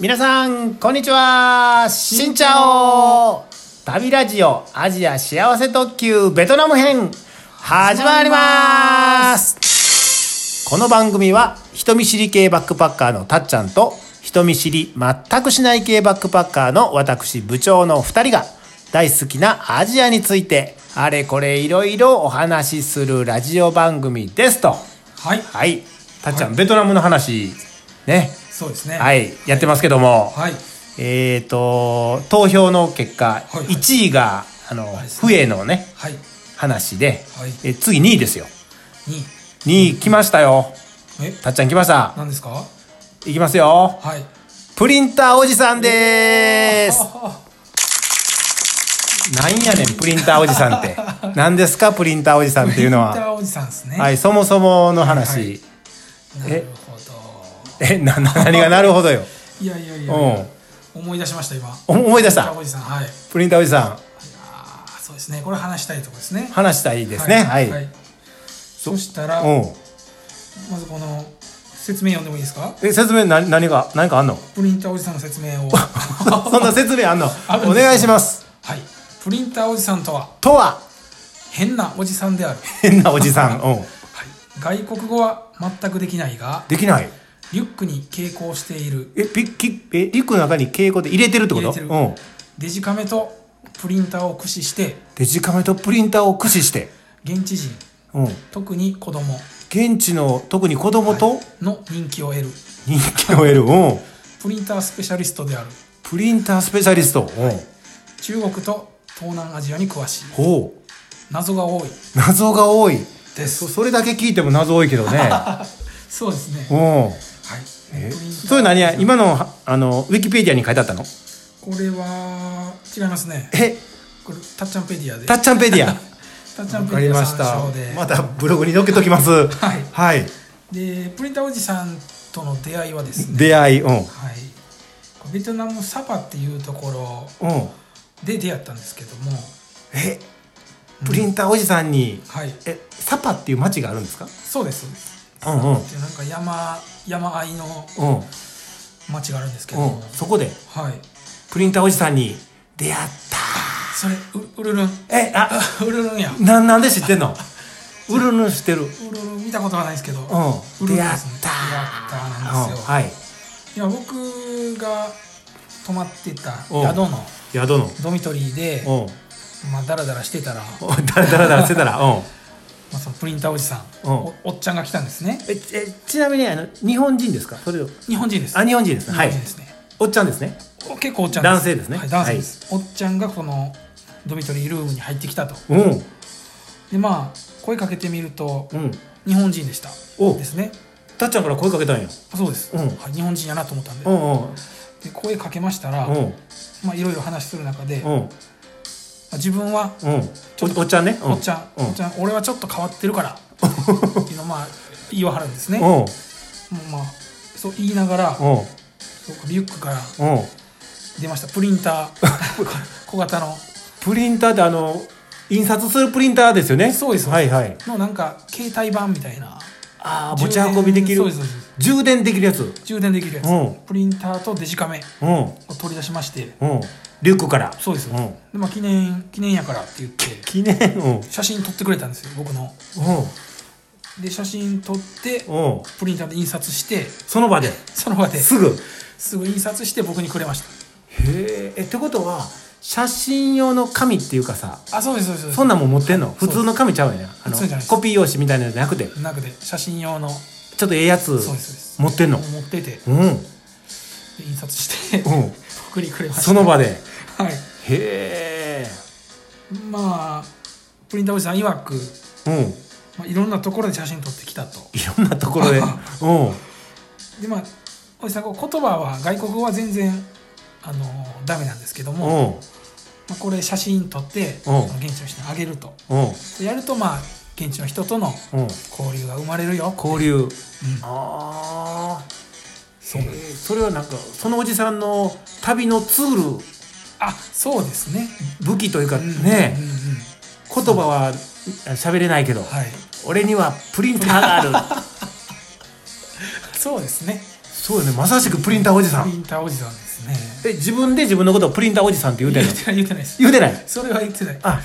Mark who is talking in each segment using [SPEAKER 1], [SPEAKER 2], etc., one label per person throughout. [SPEAKER 1] 皆さんこんにちはしんちゃお旅ラジオアジア幸せ特急ベトナム編始まりますこの番組は人見知り系バックパッカーのたっちゃんと人見知り全くしない系バックパッカーの私部長の2人が大好きなアジアについてあれこれいろいろお話しするラジオ番組ですと
[SPEAKER 2] はい、
[SPEAKER 1] はいたっちゃん、ベトナムの話ね
[SPEAKER 2] そうですね。
[SPEAKER 1] はい、やってますけども、
[SPEAKER 2] はい。
[SPEAKER 1] えっ、と、投票の結果、
[SPEAKER 2] いはい
[SPEAKER 1] 1位が、あの、
[SPEAKER 2] です
[SPEAKER 1] フエのね、
[SPEAKER 2] はい。
[SPEAKER 1] 話で、
[SPEAKER 2] はい
[SPEAKER 1] え次2位ですよ。
[SPEAKER 2] に、
[SPEAKER 1] 2位来ましたよ。
[SPEAKER 2] え、
[SPEAKER 1] たっちゃん来ました。
[SPEAKER 2] 何ですか
[SPEAKER 1] いきますよ。
[SPEAKER 2] はい。
[SPEAKER 1] プリンターおじさんでー す。
[SPEAKER 2] あ
[SPEAKER 1] なんやねん、プリンターおじさんって。何ですか、プリンターおじさんっていうの
[SPEAKER 2] ピータ
[SPEAKER 1] は。
[SPEAKER 2] ーおじさんですね。
[SPEAKER 1] はい、そもそもの話。
[SPEAKER 2] はいなるほ
[SPEAKER 1] え、な、な何がなるほどよ。
[SPEAKER 2] ど。いやいやいや
[SPEAKER 1] うん。
[SPEAKER 2] 思い出しました、今。
[SPEAKER 1] お思い出し
[SPEAKER 2] ピータ
[SPEAKER 1] た
[SPEAKER 2] ーお。じさん、はい。
[SPEAKER 1] プリンターおじさ
[SPEAKER 2] あーそうですね。これ話したいとこですね
[SPEAKER 1] ん、。話したらいいですね。はい。
[SPEAKER 2] はい。そしたら、
[SPEAKER 1] うん。
[SPEAKER 2] まずこの、説明読んでもいいですか
[SPEAKER 1] え、説明な何が、何かあんの
[SPEAKER 2] プリンターおじさんの説明を。
[SPEAKER 1] そんな説明あんの
[SPEAKER 2] あるんですよ
[SPEAKER 1] お願いします。
[SPEAKER 2] はい。プリンターおじさんとは、
[SPEAKER 1] とは、
[SPEAKER 2] 変なおじさんである。
[SPEAKER 1] 変なおじさん。うん。
[SPEAKER 2] はい。外国語は全くできないが、
[SPEAKER 1] できない。
[SPEAKER 2] リュックに傾向している
[SPEAKER 1] え、ピッキえ、リュックの中に敬語で入れてるってこと
[SPEAKER 2] 入れてる
[SPEAKER 1] うん。
[SPEAKER 2] デジカメとプリンターを駆使して
[SPEAKER 1] デジカメとプリンターを駆使して、
[SPEAKER 2] 現地人
[SPEAKER 1] うん。
[SPEAKER 2] 特に子供
[SPEAKER 1] 現地の、特に子供と
[SPEAKER 2] の人気を得る
[SPEAKER 1] 人気を得る。うん。
[SPEAKER 2] プリンタースペシャリストである
[SPEAKER 1] プリンタースペシャリスト。うん。
[SPEAKER 2] 中国と東南アジアに詳しい
[SPEAKER 1] ほう。
[SPEAKER 2] 謎が多い
[SPEAKER 1] 謎が多い。
[SPEAKER 2] で
[SPEAKER 1] そ
[SPEAKER 2] す
[SPEAKER 1] それだけ聞いても謎多いけどね。
[SPEAKER 2] そうですね
[SPEAKER 1] うん。
[SPEAKER 2] はい
[SPEAKER 1] え、
[SPEAKER 2] プリンター
[SPEAKER 1] それ何や、今の、あの、ウィキペディアに書いてあったの
[SPEAKER 2] これは違いますね
[SPEAKER 1] え、
[SPEAKER 2] これタッチャンペディアで
[SPEAKER 1] タッチャンペディア。
[SPEAKER 2] タッチャン
[SPEAKER 1] わか
[SPEAKER 2] ペ
[SPEAKER 1] り
[SPEAKER 2] ディ
[SPEAKER 1] ま
[SPEAKER 2] ア
[SPEAKER 1] し
[SPEAKER 2] 参
[SPEAKER 1] た
[SPEAKER 2] 照で。
[SPEAKER 1] またブログに載っけときます。
[SPEAKER 2] はい
[SPEAKER 1] はい。
[SPEAKER 2] でプリンターおじさんとの出会いはですね
[SPEAKER 1] 出会い、うん。
[SPEAKER 2] はいベトナムサパっていうところ
[SPEAKER 1] うん。
[SPEAKER 2] で出会ったんですけども
[SPEAKER 1] え、プリンターおじさんに、
[SPEAKER 2] はい
[SPEAKER 1] え、サパっていう町があるんですか
[SPEAKER 2] そうですそうです
[SPEAKER 1] うんうん。
[SPEAKER 2] っていうなんか山山あいの
[SPEAKER 1] うん。
[SPEAKER 2] 町があるんですけど、
[SPEAKER 1] うん。そこで、
[SPEAKER 2] はい
[SPEAKER 1] プリンターおじさんに出会っ
[SPEAKER 2] それうウル ルン
[SPEAKER 1] た。え、あ、
[SPEAKER 2] ウルルンや
[SPEAKER 1] な、なんで知ってん のうるぬ知ってる。うん。
[SPEAKER 2] ウルルン見たことはないですけど、ウル
[SPEAKER 1] 出
[SPEAKER 2] ルン
[SPEAKER 1] 会
[SPEAKER 2] で
[SPEAKER 1] っ
[SPEAKER 2] すね
[SPEAKER 1] た。
[SPEAKER 2] 出会ったなん
[SPEAKER 1] う
[SPEAKER 2] で
[SPEAKER 1] ん
[SPEAKER 2] すよ、
[SPEAKER 1] はい。
[SPEAKER 2] いや僕が泊まってた宿
[SPEAKER 1] うん
[SPEAKER 2] の
[SPEAKER 1] 宿の。
[SPEAKER 2] ドミトリーで、
[SPEAKER 1] うん。
[SPEAKER 2] まあ、ダラダラしてたら、ま
[SPEAKER 1] おだらだらだらしてたら、うん。
[SPEAKER 2] あ、そのプリンターおじさん、
[SPEAKER 1] うん
[SPEAKER 2] おおっちゃんが来たんですね
[SPEAKER 1] え、え、ちなみに、あの、日本人ですかそれを。
[SPEAKER 2] 日本人です
[SPEAKER 1] あ、日本人ですね。
[SPEAKER 2] 日
[SPEAKER 1] は
[SPEAKER 2] 本
[SPEAKER 1] い
[SPEAKER 2] 人。ですね、
[SPEAKER 1] おっちゃんですね。
[SPEAKER 2] お結構おっちゃん
[SPEAKER 1] 男性ですね
[SPEAKER 2] はい、男性です、おっちゃんがこのドミトリールームに入ってきたと
[SPEAKER 1] うん。
[SPEAKER 2] でまあ声かけてみると
[SPEAKER 1] うん。
[SPEAKER 2] 日本人でした
[SPEAKER 1] お
[SPEAKER 2] ですね
[SPEAKER 1] たっちゃんから声かけたんや。
[SPEAKER 2] そうです、
[SPEAKER 1] うん
[SPEAKER 2] はい、日本人やなと思ったんで,、
[SPEAKER 1] うんうん。
[SPEAKER 2] で声かけましたら、
[SPEAKER 1] うん。
[SPEAKER 2] まあ、いろいろ話する中で、
[SPEAKER 1] う
[SPEAKER 2] ま
[SPEAKER 1] ん。
[SPEAKER 2] あ、自分は
[SPEAKER 1] うん。おおっちゃんね。う
[SPEAKER 2] おっちゃん,、
[SPEAKER 1] うん
[SPEAKER 2] おっちゃん俺はちょっと変わってる からっていうのをまあ言いはるんですね、もう
[SPEAKER 1] うん。
[SPEAKER 2] まあ、そう言いながら
[SPEAKER 1] うん。
[SPEAKER 2] そうリュックから
[SPEAKER 1] うん。
[SPEAKER 2] 出ましたプリンタ ー小型の
[SPEAKER 1] プリンターってあの、印刷するプリンターですよね。
[SPEAKER 2] そうです
[SPEAKER 1] はいはい。
[SPEAKER 2] のなんか携帯版みたいな
[SPEAKER 1] ああ、持
[SPEAKER 2] 充
[SPEAKER 1] ち
[SPEAKER 2] 電
[SPEAKER 1] 運びできる
[SPEAKER 2] そう。ですそうです
[SPEAKER 1] 充電できるやつ。
[SPEAKER 2] 充電できるやつ、
[SPEAKER 1] うん
[SPEAKER 2] プリンターとデジカメ
[SPEAKER 1] うん。
[SPEAKER 2] を取り出しまして
[SPEAKER 1] うん。リュックから。
[SPEAKER 2] そうです、
[SPEAKER 1] うん
[SPEAKER 2] でまあ、記念記念やからって言って
[SPEAKER 1] 記念。うん。うん。
[SPEAKER 2] 写真撮ってくれたんですよ僕ので写真撮って
[SPEAKER 1] うん。
[SPEAKER 2] プリンターで印刷して
[SPEAKER 1] その場で。
[SPEAKER 2] その場です
[SPEAKER 1] ぐ。へ
[SPEAKER 2] すぐ印刷して僕にくれまし
[SPEAKER 1] え。え、ってことは、写真用の紙っていうかさ、
[SPEAKER 2] たあそうですそうです
[SPEAKER 1] そんなんもん持ってんの
[SPEAKER 2] そ
[SPEAKER 1] 普
[SPEAKER 2] うです
[SPEAKER 1] 通の紙ちゃうよね。あの
[SPEAKER 2] 普通じゃないで、す
[SPEAKER 1] コピー用紙みたいなのじゃなくて、
[SPEAKER 2] なくて写真用の
[SPEAKER 1] ちょっとええやつ
[SPEAKER 2] そうですそう
[SPEAKER 1] 持ってんの
[SPEAKER 2] です。持っててで
[SPEAKER 1] うん。
[SPEAKER 2] 印刷して
[SPEAKER 1] うん。
[SPEAKER 2] 僕にくれました
[SPEAKER 1] その場で。
[SPEAKER 2] はい
[SPEAKER 1] へえ。
[SPEAKER 2] まあプリンターおじさん曰く、
[SPEAKER 1] うん。
[SPEAKER 2] まあ、いろんなところで写真撮ってきたと
[SPEAKER 1] いろんなところで。う
[SPEAKER 2] でまあおじさんこう言葉は外国語は全然あのダメなんですけど
[SPEAKER 1] ん。
[SPEAKER 2] も、
[SPEAKER 1] うん。
[SPEAKER 2] まあ、これ写真撮ってそ
[SPEAKER 1] うん
[SPEAKER 2] の現地の人にあげると
[SPEAKER 1] うん。
[SPEAKER 2] でやるとまあ現地の人との
[SPEAKER 1] うん。
[SPEAKER 2] 交流が生まれるよ
[SPEAKER 1] 交流。
[SPEAKER 2] うん
[SPEAKER 1] ああ。
[SPEAKER 2] そうなんで
[SPEAKER 1] えーそれはなんか、そのおじさんの旅のツール、
[SPEAKER 2] あそうですね
[SPEAKER 1] 武器というか
[SPEAKER 2] うん
[SPEAKER 1] ね
[SPEAKER 2] う、んうんうん
[SPEAKER 1] 言葉は喋れないけど、
[SPEAKER 2] はい
[SPEAKER 1] 俺にはプリンターがある。
[SPEAKER 2] そうですね
[SPEAKER 1] そうよねまさしくプリンターおじさ
[SPEAKER 2] プリ
[SPEAKER 1] ん
[SPEAKER 2] ンターおじさんですね
[SPEAKER 1] え自分で自分のことをプリンターおじさんって言うてんの
[SPEAKER 2] 言ってない言ってないです
[SPEAKER 1] 言うてない
[SPEAKER 2] それは言ってない
[SPEAKER 1] あ
[SPEAKER 2] は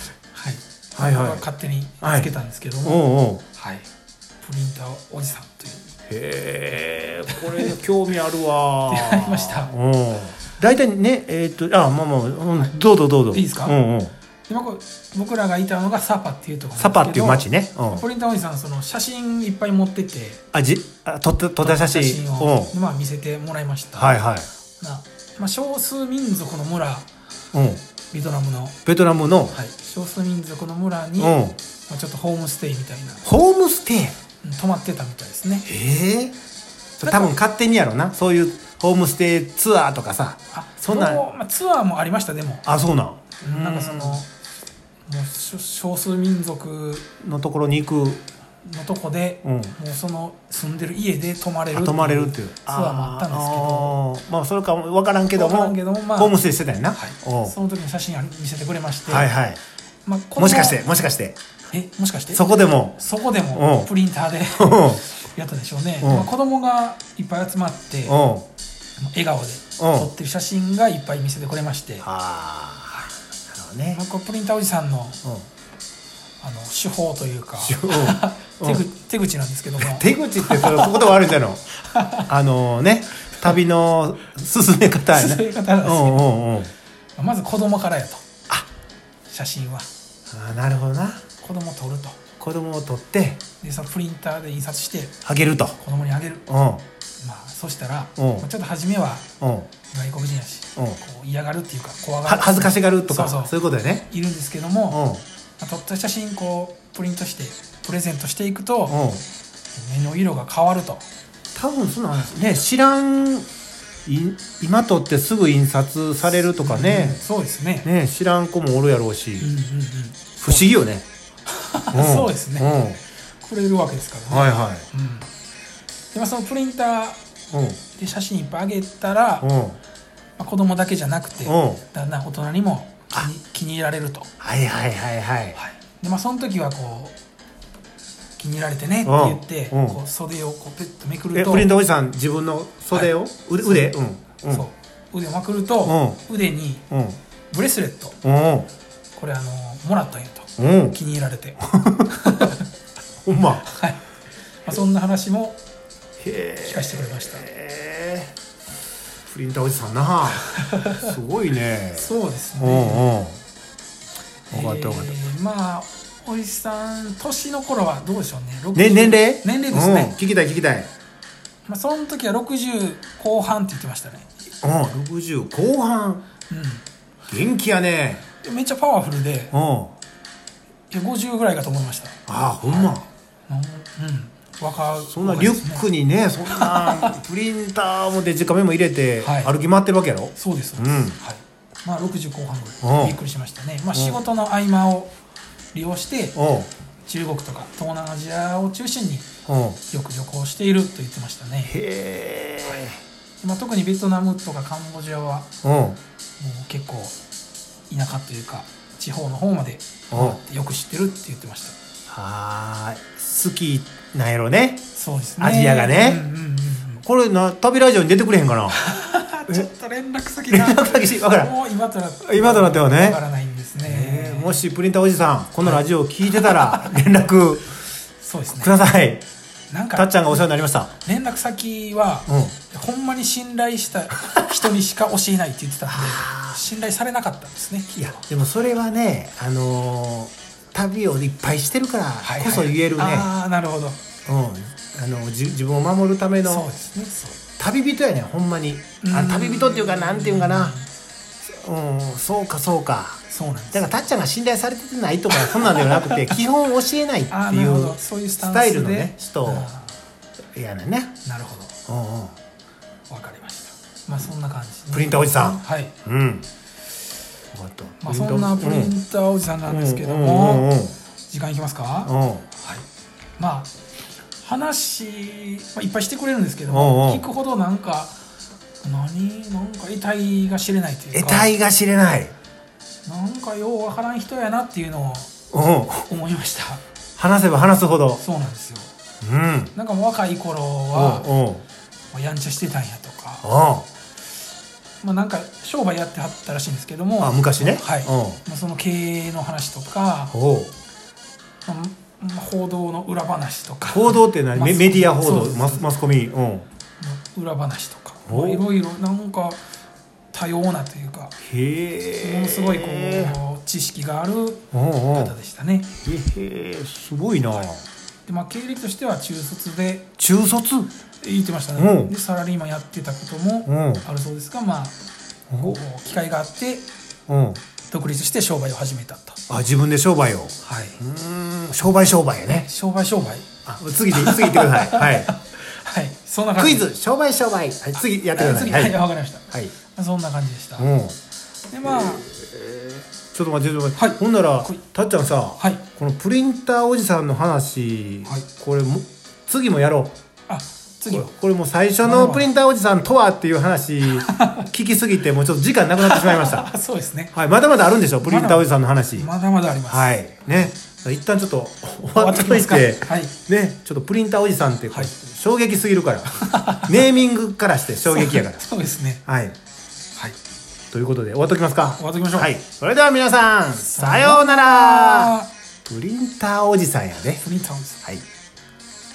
[SPEAKER 2] い
[SPEAKER 1] はいはい
[SPEAKER 2] 勝手につけたんですけど
[SPEAKER 1] お
[SPEAKER 2] も、
[SPEAKER 1] うおう
[SPEAKER 2] はいプリンターおじさんという
[SPEAKER 1] へえこれ興味あるわ
[SPEAKER 2] 出 会いました
[SPEAKER 1] うん大体ねえーっとあまあまあ、うん、どうぞどうぞ
[SPEAKER 2] いいですか
[SPEAKER 1] うんうん、
[SPEAKER 2] 今これ僕らがいたのがサパっていうところなんですけ
[SPEAKER 1] サ
[SPEAKER 2] ど
[SPEAKER 1] パっていう町ね、うん、
[SPEAKER 2] プリンターおじさんその写真いっぱい持ってて
[SPEAKER 1] あじあ撮った撮った写真
[SPEAKER 2] を
[SPEAKER 1] うん、
[SPEAKER 2] まあ、見せてもらいました、
[SPEAKER 1] はいはい、
[SPEAKER 2] なまあ、少数民族の村
[SPEAKER 1] うん、
[SPEAKER 2] ベトナムの、は
[SPEAKER 1] ベトナムの、
[SPEAKER 2] い、少数民族の村に、
[SPEAKER 1] うん
[SPEAKER 2] まあ、ちょっとホームステイみたいな
[SPEAKER 1] ホームステイ
[SPEAKER 2] うん泊まってたみたいですね
[SPEAKER 1] ええ多分勝手にやろなそういうホームステイツアーとかさ
[SPEAKER 2] あ
[SPEAKER 1] そ
[SPEAKER 2] そ
[SPEAKER 1] ん
[SPEAKER 2] ん
[SPEAKER 1] な
[SPEAKER 2] なんまあ、ツアーもありましたでも
[SPEAKER 1] あそうなん
[SPEAKER 2] なんかそのもう少少数民族
[SPEAKER 1] のところに行く
[SPEAKER 2] のとこで、
[SPEAKER 1] うん
[SPEAKER 2] もうその住んでる家で泊まれる
[SPEAKER 1] あ泊まれるっていう
[SPEAKER 2] ツアーもあったんですけど
[SPEAKER 1] ですけどまあそれか分からんけど
[SPEAKER 2] わか
[SPEAKER 1] も
[SPEAKER 2] らんけどもまあ
[SPEAKER 1] ホームステイしてたんやな、おう
[SPEAKER 2] その時の写真あり見せてくれまして、
[SPEAKER 1] はいはい
[SPEAKER 2] まあ、この
[SPEAKER 1] もしかしてもしかして
[SPEAKER 2] えもしかして
[SPEAKER 1] そこでも
[SPEAKER 2] そこで
[SPEAKER 1] うん
[SPEAKER 2] もプリンターで
[SPEAKER 1] うんうん
[SPEAKER 2] やったでしょうね、
[SPEAKER 1] うん
[SPEAKER 2] まあ、子供がいっぱい集まってまあ
[SPEAKER 1] あ
[SPEAKER 2] 笑顔で撮ってる写真がいっぱい見せてくれまして、ま
[SPEAKER 1] あなるほどね
[SPEAKER 2] あ、これプリンターおじさんの
[SPEAKER 1] うん
[SPEAKER 2] あの手法というか
[SPEAKER 1] うん
[SPEAKER 2] 手ぐ手口なんですけども
[SPEAKER 1] 手口ってそれこと悪いんじゃのあのね旅の進め方やね
[SPEAKER 2] 進め方なんですけ
[SPEAKER 1] う
[SPEAKER 2] ど
[SPEAKER 1] んうんうん
[SPEAKER 2] まず子供からやと
[SPEAKER 1] あ
[SPEAKER 2] 写真は
[SPEAKER 1] あーなるほどな
[SPEAKER 2] 子供撮ると
[SPEAKER 1] 子供を取って
[SPEAKER 2] でそのプリンターで印刷して
[SPEAKER 1] あげると
[SPEAKER 2] 子供にあげる、
[SPEAKER 1] うん
[SPEAKER 2] まあ、そしたら、
[SPEAKER 1] うん
[SPEAKER 2] まあちょっと初めは
[SPEAKER 1] うんは
[SPEAKER 2] 外国人やし、
[SPEAKER 1] うん
[SPEAKER 2] こう嫌がるっていうか怖がる
[SPEAKER 1] 恥ずかしがるとか
[SPEAKER 2] そうそう
[SPEAKER 1] いうことだよね
[SPEAKER 2] いるんですけど
[SPEAKER 1] うん
[SPEAKER 2] も、まあ撮った写真こうプリントしてプレゼントしていくと、
[SPEAKER 1] うん
[SPEAKER 2] 目の色が変わると
[SPEAKER 1] 多分そんなんね知らんい今取ってすぐ印刷されるとかね
[SPEAKER 2] うん、そうですね
[SPEAKER 1] ね知らん子もおるやろうし、
[SPEAKER 2] うんうんうん
[SPEAKER 1] 不思議よ ね、ん
[SPEAKER 2] そうですね
[SPEAKER 1] う
[SPEAKER 2] くれるわけですから
[SPEAKER 1] ん
[SPEAKER 2] ね、
[SPEAKER 1] はいは
[SPEAKER 2] うんでまあ、そのプリンター
[SPEAKER 1] いうん
[SPEAKER 2] で写真いっぱいあげたら、
[SPEAKER 1] う
[SPEAKER 2] ま
[SPEAKER 1] ん
[SPEAKER 2] あ、子供だけじゃなくて、
[SPEAKER 1] うん
[SPEAKER 2] だんだん大人にも気に気に入られると、
[SPEAKER 1] はいはいはいはい
[SPEAKER 2] はいでまあ、その時はこう気に入られてねって
[SPEAKER 1] うん
[SPEAKER 2] 言って、
[SPEAKER 1] うん
[SPEAKER 2] こう袖をこうペッとめく
[SPEAKER 1] え
[SPEAKER 2] ると
[SPEAKER 1] プリントおじさん自分の袖を、腕腕うんうん
[SPEAKER 2] そう腕をまくると、腕に
[SPEAKER 1] うん
[SPEAKER 2] ブレスレット
[SPEAKER 1] うん
[SPEAKER 2] これあのもらったんやと
[SPEAKER 1] うん
[SPEAKER 2] 気に入られ て、はい
[SPEAKER 1] ほんま
[SPEAKER 2] まあ、そんな話も
[SPEAKER 1] へえ
[SPEAKER 2] 聞かせてくれました
[SPEAKER 1] えープリンターおじさんなすごいね
[SPEAKER 2] そうです
[SPEAKER 1] う
[SPEAKER 2] ね
[SPEAKER 1] んうん分かった分かった
[SPEAKER 2] えーまあおじさん年の頃はどうでしょうね60
[SPEAKER 1] ね年齢
[SPEAKER 2] 年齢ですね
[SPEAKER 1] うん聞きたい聞きたい
[SPEAKER 2] まあ、その時は60後半って言ってましたね
[SPEAKER 1] うん60後半元気やね
[SPEAKER 2] うんめっちゃパワフルでい
[SPEAKER 1] うん
[SPEAKER 2] や50ぐらいかと思いました
[SPEAKER 1] あほんま
[SPEAKER 2] うん、若
[SPEAKER 1] そんなリュックにねそんなプリンターもデジカメも入れて
[SPEAKER 2] はい
[SPEAKER 1] 歩き回ってるわけやろ
[SPEAKER 2] そうです、
[SPEAKER 1] うん
[SPEAKER 2] はいまあ、60後半ぐ
[SPEAKER 1] う
[SPEAKER 2] ら
[SPEAKER 1] ん
[SPEAKER 2] いびっくりしましたね、まあ、仕事の合間を利用して
[SPEAKER 1] う
[SPEAKER 2] 中国とか東南アジアを中心に
[SPEAKER 1] んうん
[SPEAKER 2] よく旅行していると言ってましたね、
[SPEAKER 1] へえ
[SPEAKER 2] まあ、特にベトナムとかカンボジアは
[SPEAKER 1] う
[SPEAKER 2] も
[SPEAKER 1] んうん
[SPEAKER 2] う結構田舎というか地方の方までよく知ってるって言ってました
[SPEAKER 1] はーい好きなんやろね
[SPEAKER 2] そうですね
[SPEAKER 1] アジアがね
[SPEAKER 2] うんうんうんうん
[SPEAKER 1] これな旅ラジオに出てくれへんかな
[SPEAKER 2] あちょっと連絡先
[SPEAKER 1] 連
[SPEAKER 2] が
[SPEAKER 1] 絡先しわからん
[SPEAKER 2] もう今となって
[SPEAKER 1] 今となってはね
[SPEAKER 2] わからないんです
[SPEAKER 1] え
[SPEAKER 2] ね
[SPEAKER 1] ーもしプリンターおじさんこのラジオを聞いてたら連絡
[SPEAKER 2] そうですね
[SPEAKER 1] ください
[SPEAKER 2] なんか
[SPEAKER 1] たっちゃんがお世話になりました
[SPEAKER 2] 連絡先は、
[SPEAKER 1] うん
[SPEAKER 2] ほんまに信頼した人にしか教えないって言ってたんで信頼されなかったんですね
[SPEAKER 1] いやでもそれはねあのー旅をいっぱいしてるからこそ言えるね、
[SPEAKER 2] ああなるほど
[SPEAKER 1] うんあのじ自分を守るため
[SPEAKER 2] そう
[SPEAKER 1] の
[SPEAKER 2] ですねそ
[SPEAKER 1] 旅人やねほんまにあ
[SPEAKER 2] うん
[SPEAKER 1] 旅人っていうかなんていうんかなうんそうかそうか
[SPEAKER 2] うそうなんです
[SPEAKER 1] だからたっちゃんが信頼されてないとかそんなんではな くて基本教えないって
[SPEAKER 2] ああ
[SPEAKER 1] い
[SPEAKER 2] なるほ
[SPEAKER 1] う
[SPEAKER 2] どそういうスタ
[SPEAKER 1] ス
[SPEAKER 2] ンスで
[SPEAKER 1] タイルのね人を
[SPEAKER 2] あ
[SPEAKER 1] やねんね
[SPEAKER 2] ーなるほ
[SPEAKER 1] うんうん
[SPEAKER 2] どわかりましたまあそんな感じですね、
[SPEAKER 1] プリンターおじさん
[SPEAKER 2] はい
[SPEAKER 1] うん。よかった
[SPEAKER 2] まあそんなプリンターおじさんなんですけども、
[SPEAKER 1] うんうんうんうん
[SPEAKER 2] 時間いきますか、
[SPEAKER 1] う
[SPEAKER 2] はい
[SPEAKER 1] ん
[SPEAKER 2] まあ話、まあ、いっぱいしてくれるんですけど
[SPEAKER 1] うんう
[SPEAKER 2] も
[SPEAKER 1] ん
[SPEAKER 2] 聞くほどなんか何なんか得体が知れないという
[SPEAKER 1] 得
[SPEAKER 2] か
[SPEAKER 1] 体が知れない。
[SPEAKER 2] なんかようわからん人やなっていうのを
[SPEAKER 1] うん。
[SPEAKER 2] 思いました
[SPEAKER 1] 話せば話すほど。
[SPEAKER 2] そうなんですよ
[SPEAKER 1] うん。
[SPEAKER 2] なんかもう若い頃
[SPEAKER 1] う
[SPEAKER 2] は
[SPEAKER 1] んうん。
[SPEAKER 2] まあやんちゃしてたんやとか、
[SPEAKER 1] あ
[SPEAKER 2] まあ、なんか商売やってはったらしいんですけども
[SPEAKER 1] あ昔ね
[SPEAKER 2] はい
[SPEAKER 1] うん
[SPEAKER 2] まあ、その経営の話とか、
[SPEAKER 1] おう
[SPEAKER 2] まあまあ報道の裏話とか
[SPEAKER 1] 報道って何
[SPEAKER 2] マス
[SPEAKER 1] メメディア報
[SPEAKER 2] そう
[SPEAKER 1] 道
[SPEAKER 2] です
[SPEAKER 1] マスマスコミうん
[SPEAKER 2] 裏話とか
[SPEAKER 1] お
[SPEAKER 2] いろいろなんか多様なというか
[SPEAKER 1] へえ
[SPEAKER 2] ものすごいこう知識がある
[SPEAKER 1] うんうん
[SPEAKER 2] 方でしたね
[SPEAKER 1] へえすごいな
[SPEAKER 2] で、まあ、経歴としては中卒で
[SPEAKER 1] 中卒
[SPEAKER 2] 言ってました
[SPEAKER 1] う
[SPEAKER 2] ね
[SPEAKER 1] ん
[SPEAKER 2] でサラリーマンやってたこと
[SPEAKER 1] う
[SPEAKER 2] も
[SPEAKER 1] ん
[SPEAKER 2] あるそうですが、まあ、こ
[SPEAKER 1] お
[SPEAKER 2] う機会があって
[SPEAKER 1] うん
[SPEAKER 2] 独立して商売を始めたと、
[SPEAKER 1] あ自分で商売を
[SPEAKER 2] はいう
[SPEAKER 1] ーん商売商売やね
[SPEAKER 2] 商売商売
[SPEAKER 1] あ次で次行ってください はい
[SPEAKER 2] はいそんな感
[SPEAKER 1] クイ
[SPEAKER 2] じ
[SPEAKER 1] ズ商売商売はい次やってください
[SPEAKER 2] 次はい
[SPEAKER 1] は
[SPEAKER 2] わかりました
[SPEAKER 1] い
[SPEAKER 2] まあそんな感じでした、
[SPEAKER 1] うん
[SPEAKER 2] でまあ
[SPEAKER 1] ちょっと待ってちょっと待って、
[SPEAKER 2] はい
[SPEAKER 1] ほんなら
[SPEAKER 2] はい
[SPEAKER 1] たっちゃんさ、
[SPEAKER 2] はい
[SPEAKER 1] このプリンターおじさんの話、
[SPEAKER 2] はい
[SPEAKER 1] これも次もやろう
[SPEAKER 2] あ次は
[SPEAKER 1] これこれもう最初のプリンターおじさんとはっていう 話聞きすぎてもうちょっと時間なくなってしまいました
[SPEAKER 2] あそうですね
[SPEAKER 1] はいまだまだあるんでしょプリンターおじさんの話、
[SPEAKER 2] まだまだあります、
[SPEAKER 1] はいね一旦ちょっと終わっとい
[SPEAKER 2] 終わっと
[SPEAKER 1] て
[SPEAKER 2] きますかはい
[SPEAKER 1] ねちょっとプリンターおじさんってこう
[SPEAKER 2] はい
[SPEAKER 1] 衝撃すぎ るからネーミングからして衝撃やから
[SPEAKER 2] そうそうですね
[SPEAKER 1] はい
[SPEAKER 2] はい
[SPEAKER 1] ということで終わっときますか
[SPEAKER 2] 終わっときましょう
[SPEAKER 1] はいそれでは皆さんさようならプリンターおじさんやね
[SPEAKER 2] プリンターです
[SPEAKER 1] はい